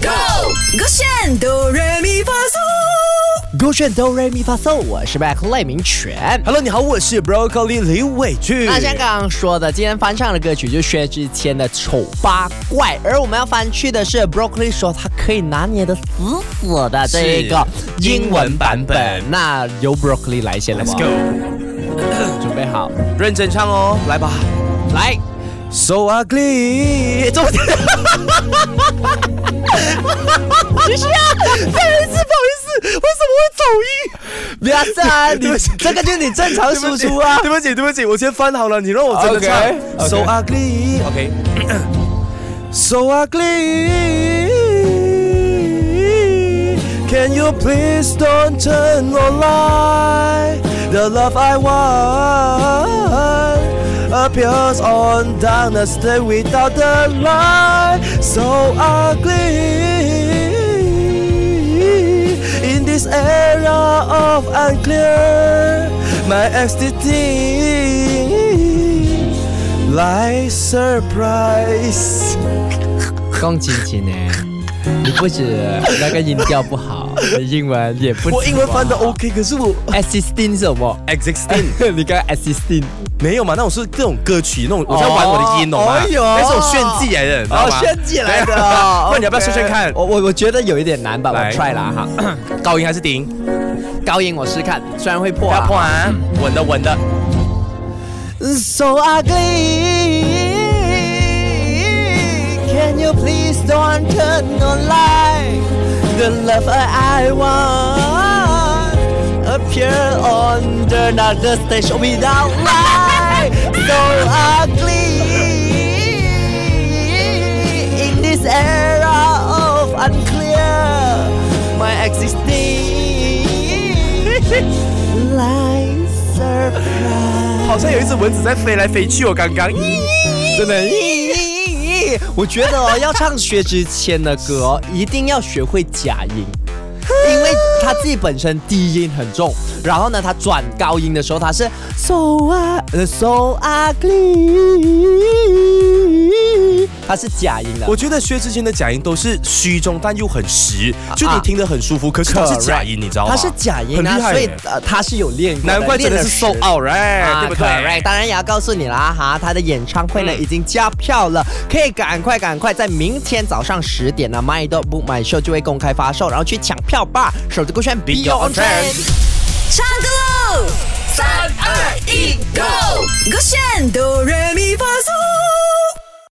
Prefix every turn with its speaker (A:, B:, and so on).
A: Go！勾选哆来咪发嗦，
B: 勾选哆瑞咪发嗦，我是 Mac 赖明全。
C: Hello，你好，我是 Broccoli 李伟俊。
B: 那像刚刚说的，今天翻唱的歌曲就是薛之谦的《丑八怪》，而我们要翻去的是 Broccoli 说他可以拿捏的死死的这一个
C: 是英文版本
B: 那由 Broccoli 来先了
C: Let's
B: 吗
C: go，
B: 准备好，
C: 认真唱哦，来吧。
B: 来。
C: So ugly，怎么？
B: 不是啊，再一次，不好意思，为什么会走音？不要这啊，你
C: 对不起
B: 这个就是你正常
C: 对不
B: 输
C: 起
B: 出啊。
C: 对不起，对不起，我先翻好了，你让我真的唱。
B: OK，OK
C: So ugly，OK、So ugly. Can you please don't turn on light? The love I want appears on darkness day without the light. So ugly. In this era of unclear, my ecstasy like surprise.
B: 恭喜你呢，你不止那个音调不好，你英文也不止
C: 我英文翻的
B: 不好
C: OK，可是我哦
B: assisting 是什么？
C: existing
B: 你刚刚 assisting
C: 没有嘛？那种是这种歌曲，那种我在玩我的音，懂吗？
B: 哎呦
C: 那是种炫技来的，你知道
B: 哦
C: 吗，
B: 炫技来的
C: 对
B: 哦。
C: 啊那你要不要试试看
B: OK？我我我觉得有一点难吧，我
C: 来嗯
B: try 啦哈。
C: 高音还是低音？
B: 高音我试试看，虽然会破
C: 不
B: 啊
C: 要。碰啊，稳的稳的。
B: So ugly. Can you please don't turn on light? The love I want appear on the another stage without light. So ugly. In this era of unclear, my existing lies surprise.
C: 好像有一只蚊子在飞来飞去，我刚刚。
B: 真的。我觉得哦，要唱薛之谦的歌 哦，一定要学会假音，因为他自己本身低音很重，然后呢，他转高音的时候他是 so 啊呃 so ugly，他是假音的。
C: 我觉得薛之谦的假音都是虚中但又很实，就你听得很舒服，可是它是假音，你知道吗？
B: 啊他是假音
C: 很
B: 啊
C: 厉，害
B: 所以
C: 耶
B: 呃他是有练过的，
C: 难怪真的是 so
B: 练了10
C: out right，对不对
B: 啊 correct，？当然也要告诉你啦哈，他的演唱会呢、
C: 嗯
B: 已经加票了，可以赶快赶快在明天早上十点呢，My Dog Book My Show 就会公开发售，然后去抢票吧，手机勾选 Be
C: your
B: Your
C: own friend
B: Friend。
A: 唱歌喽！三二一，Go！勾选哆来咪发嗦。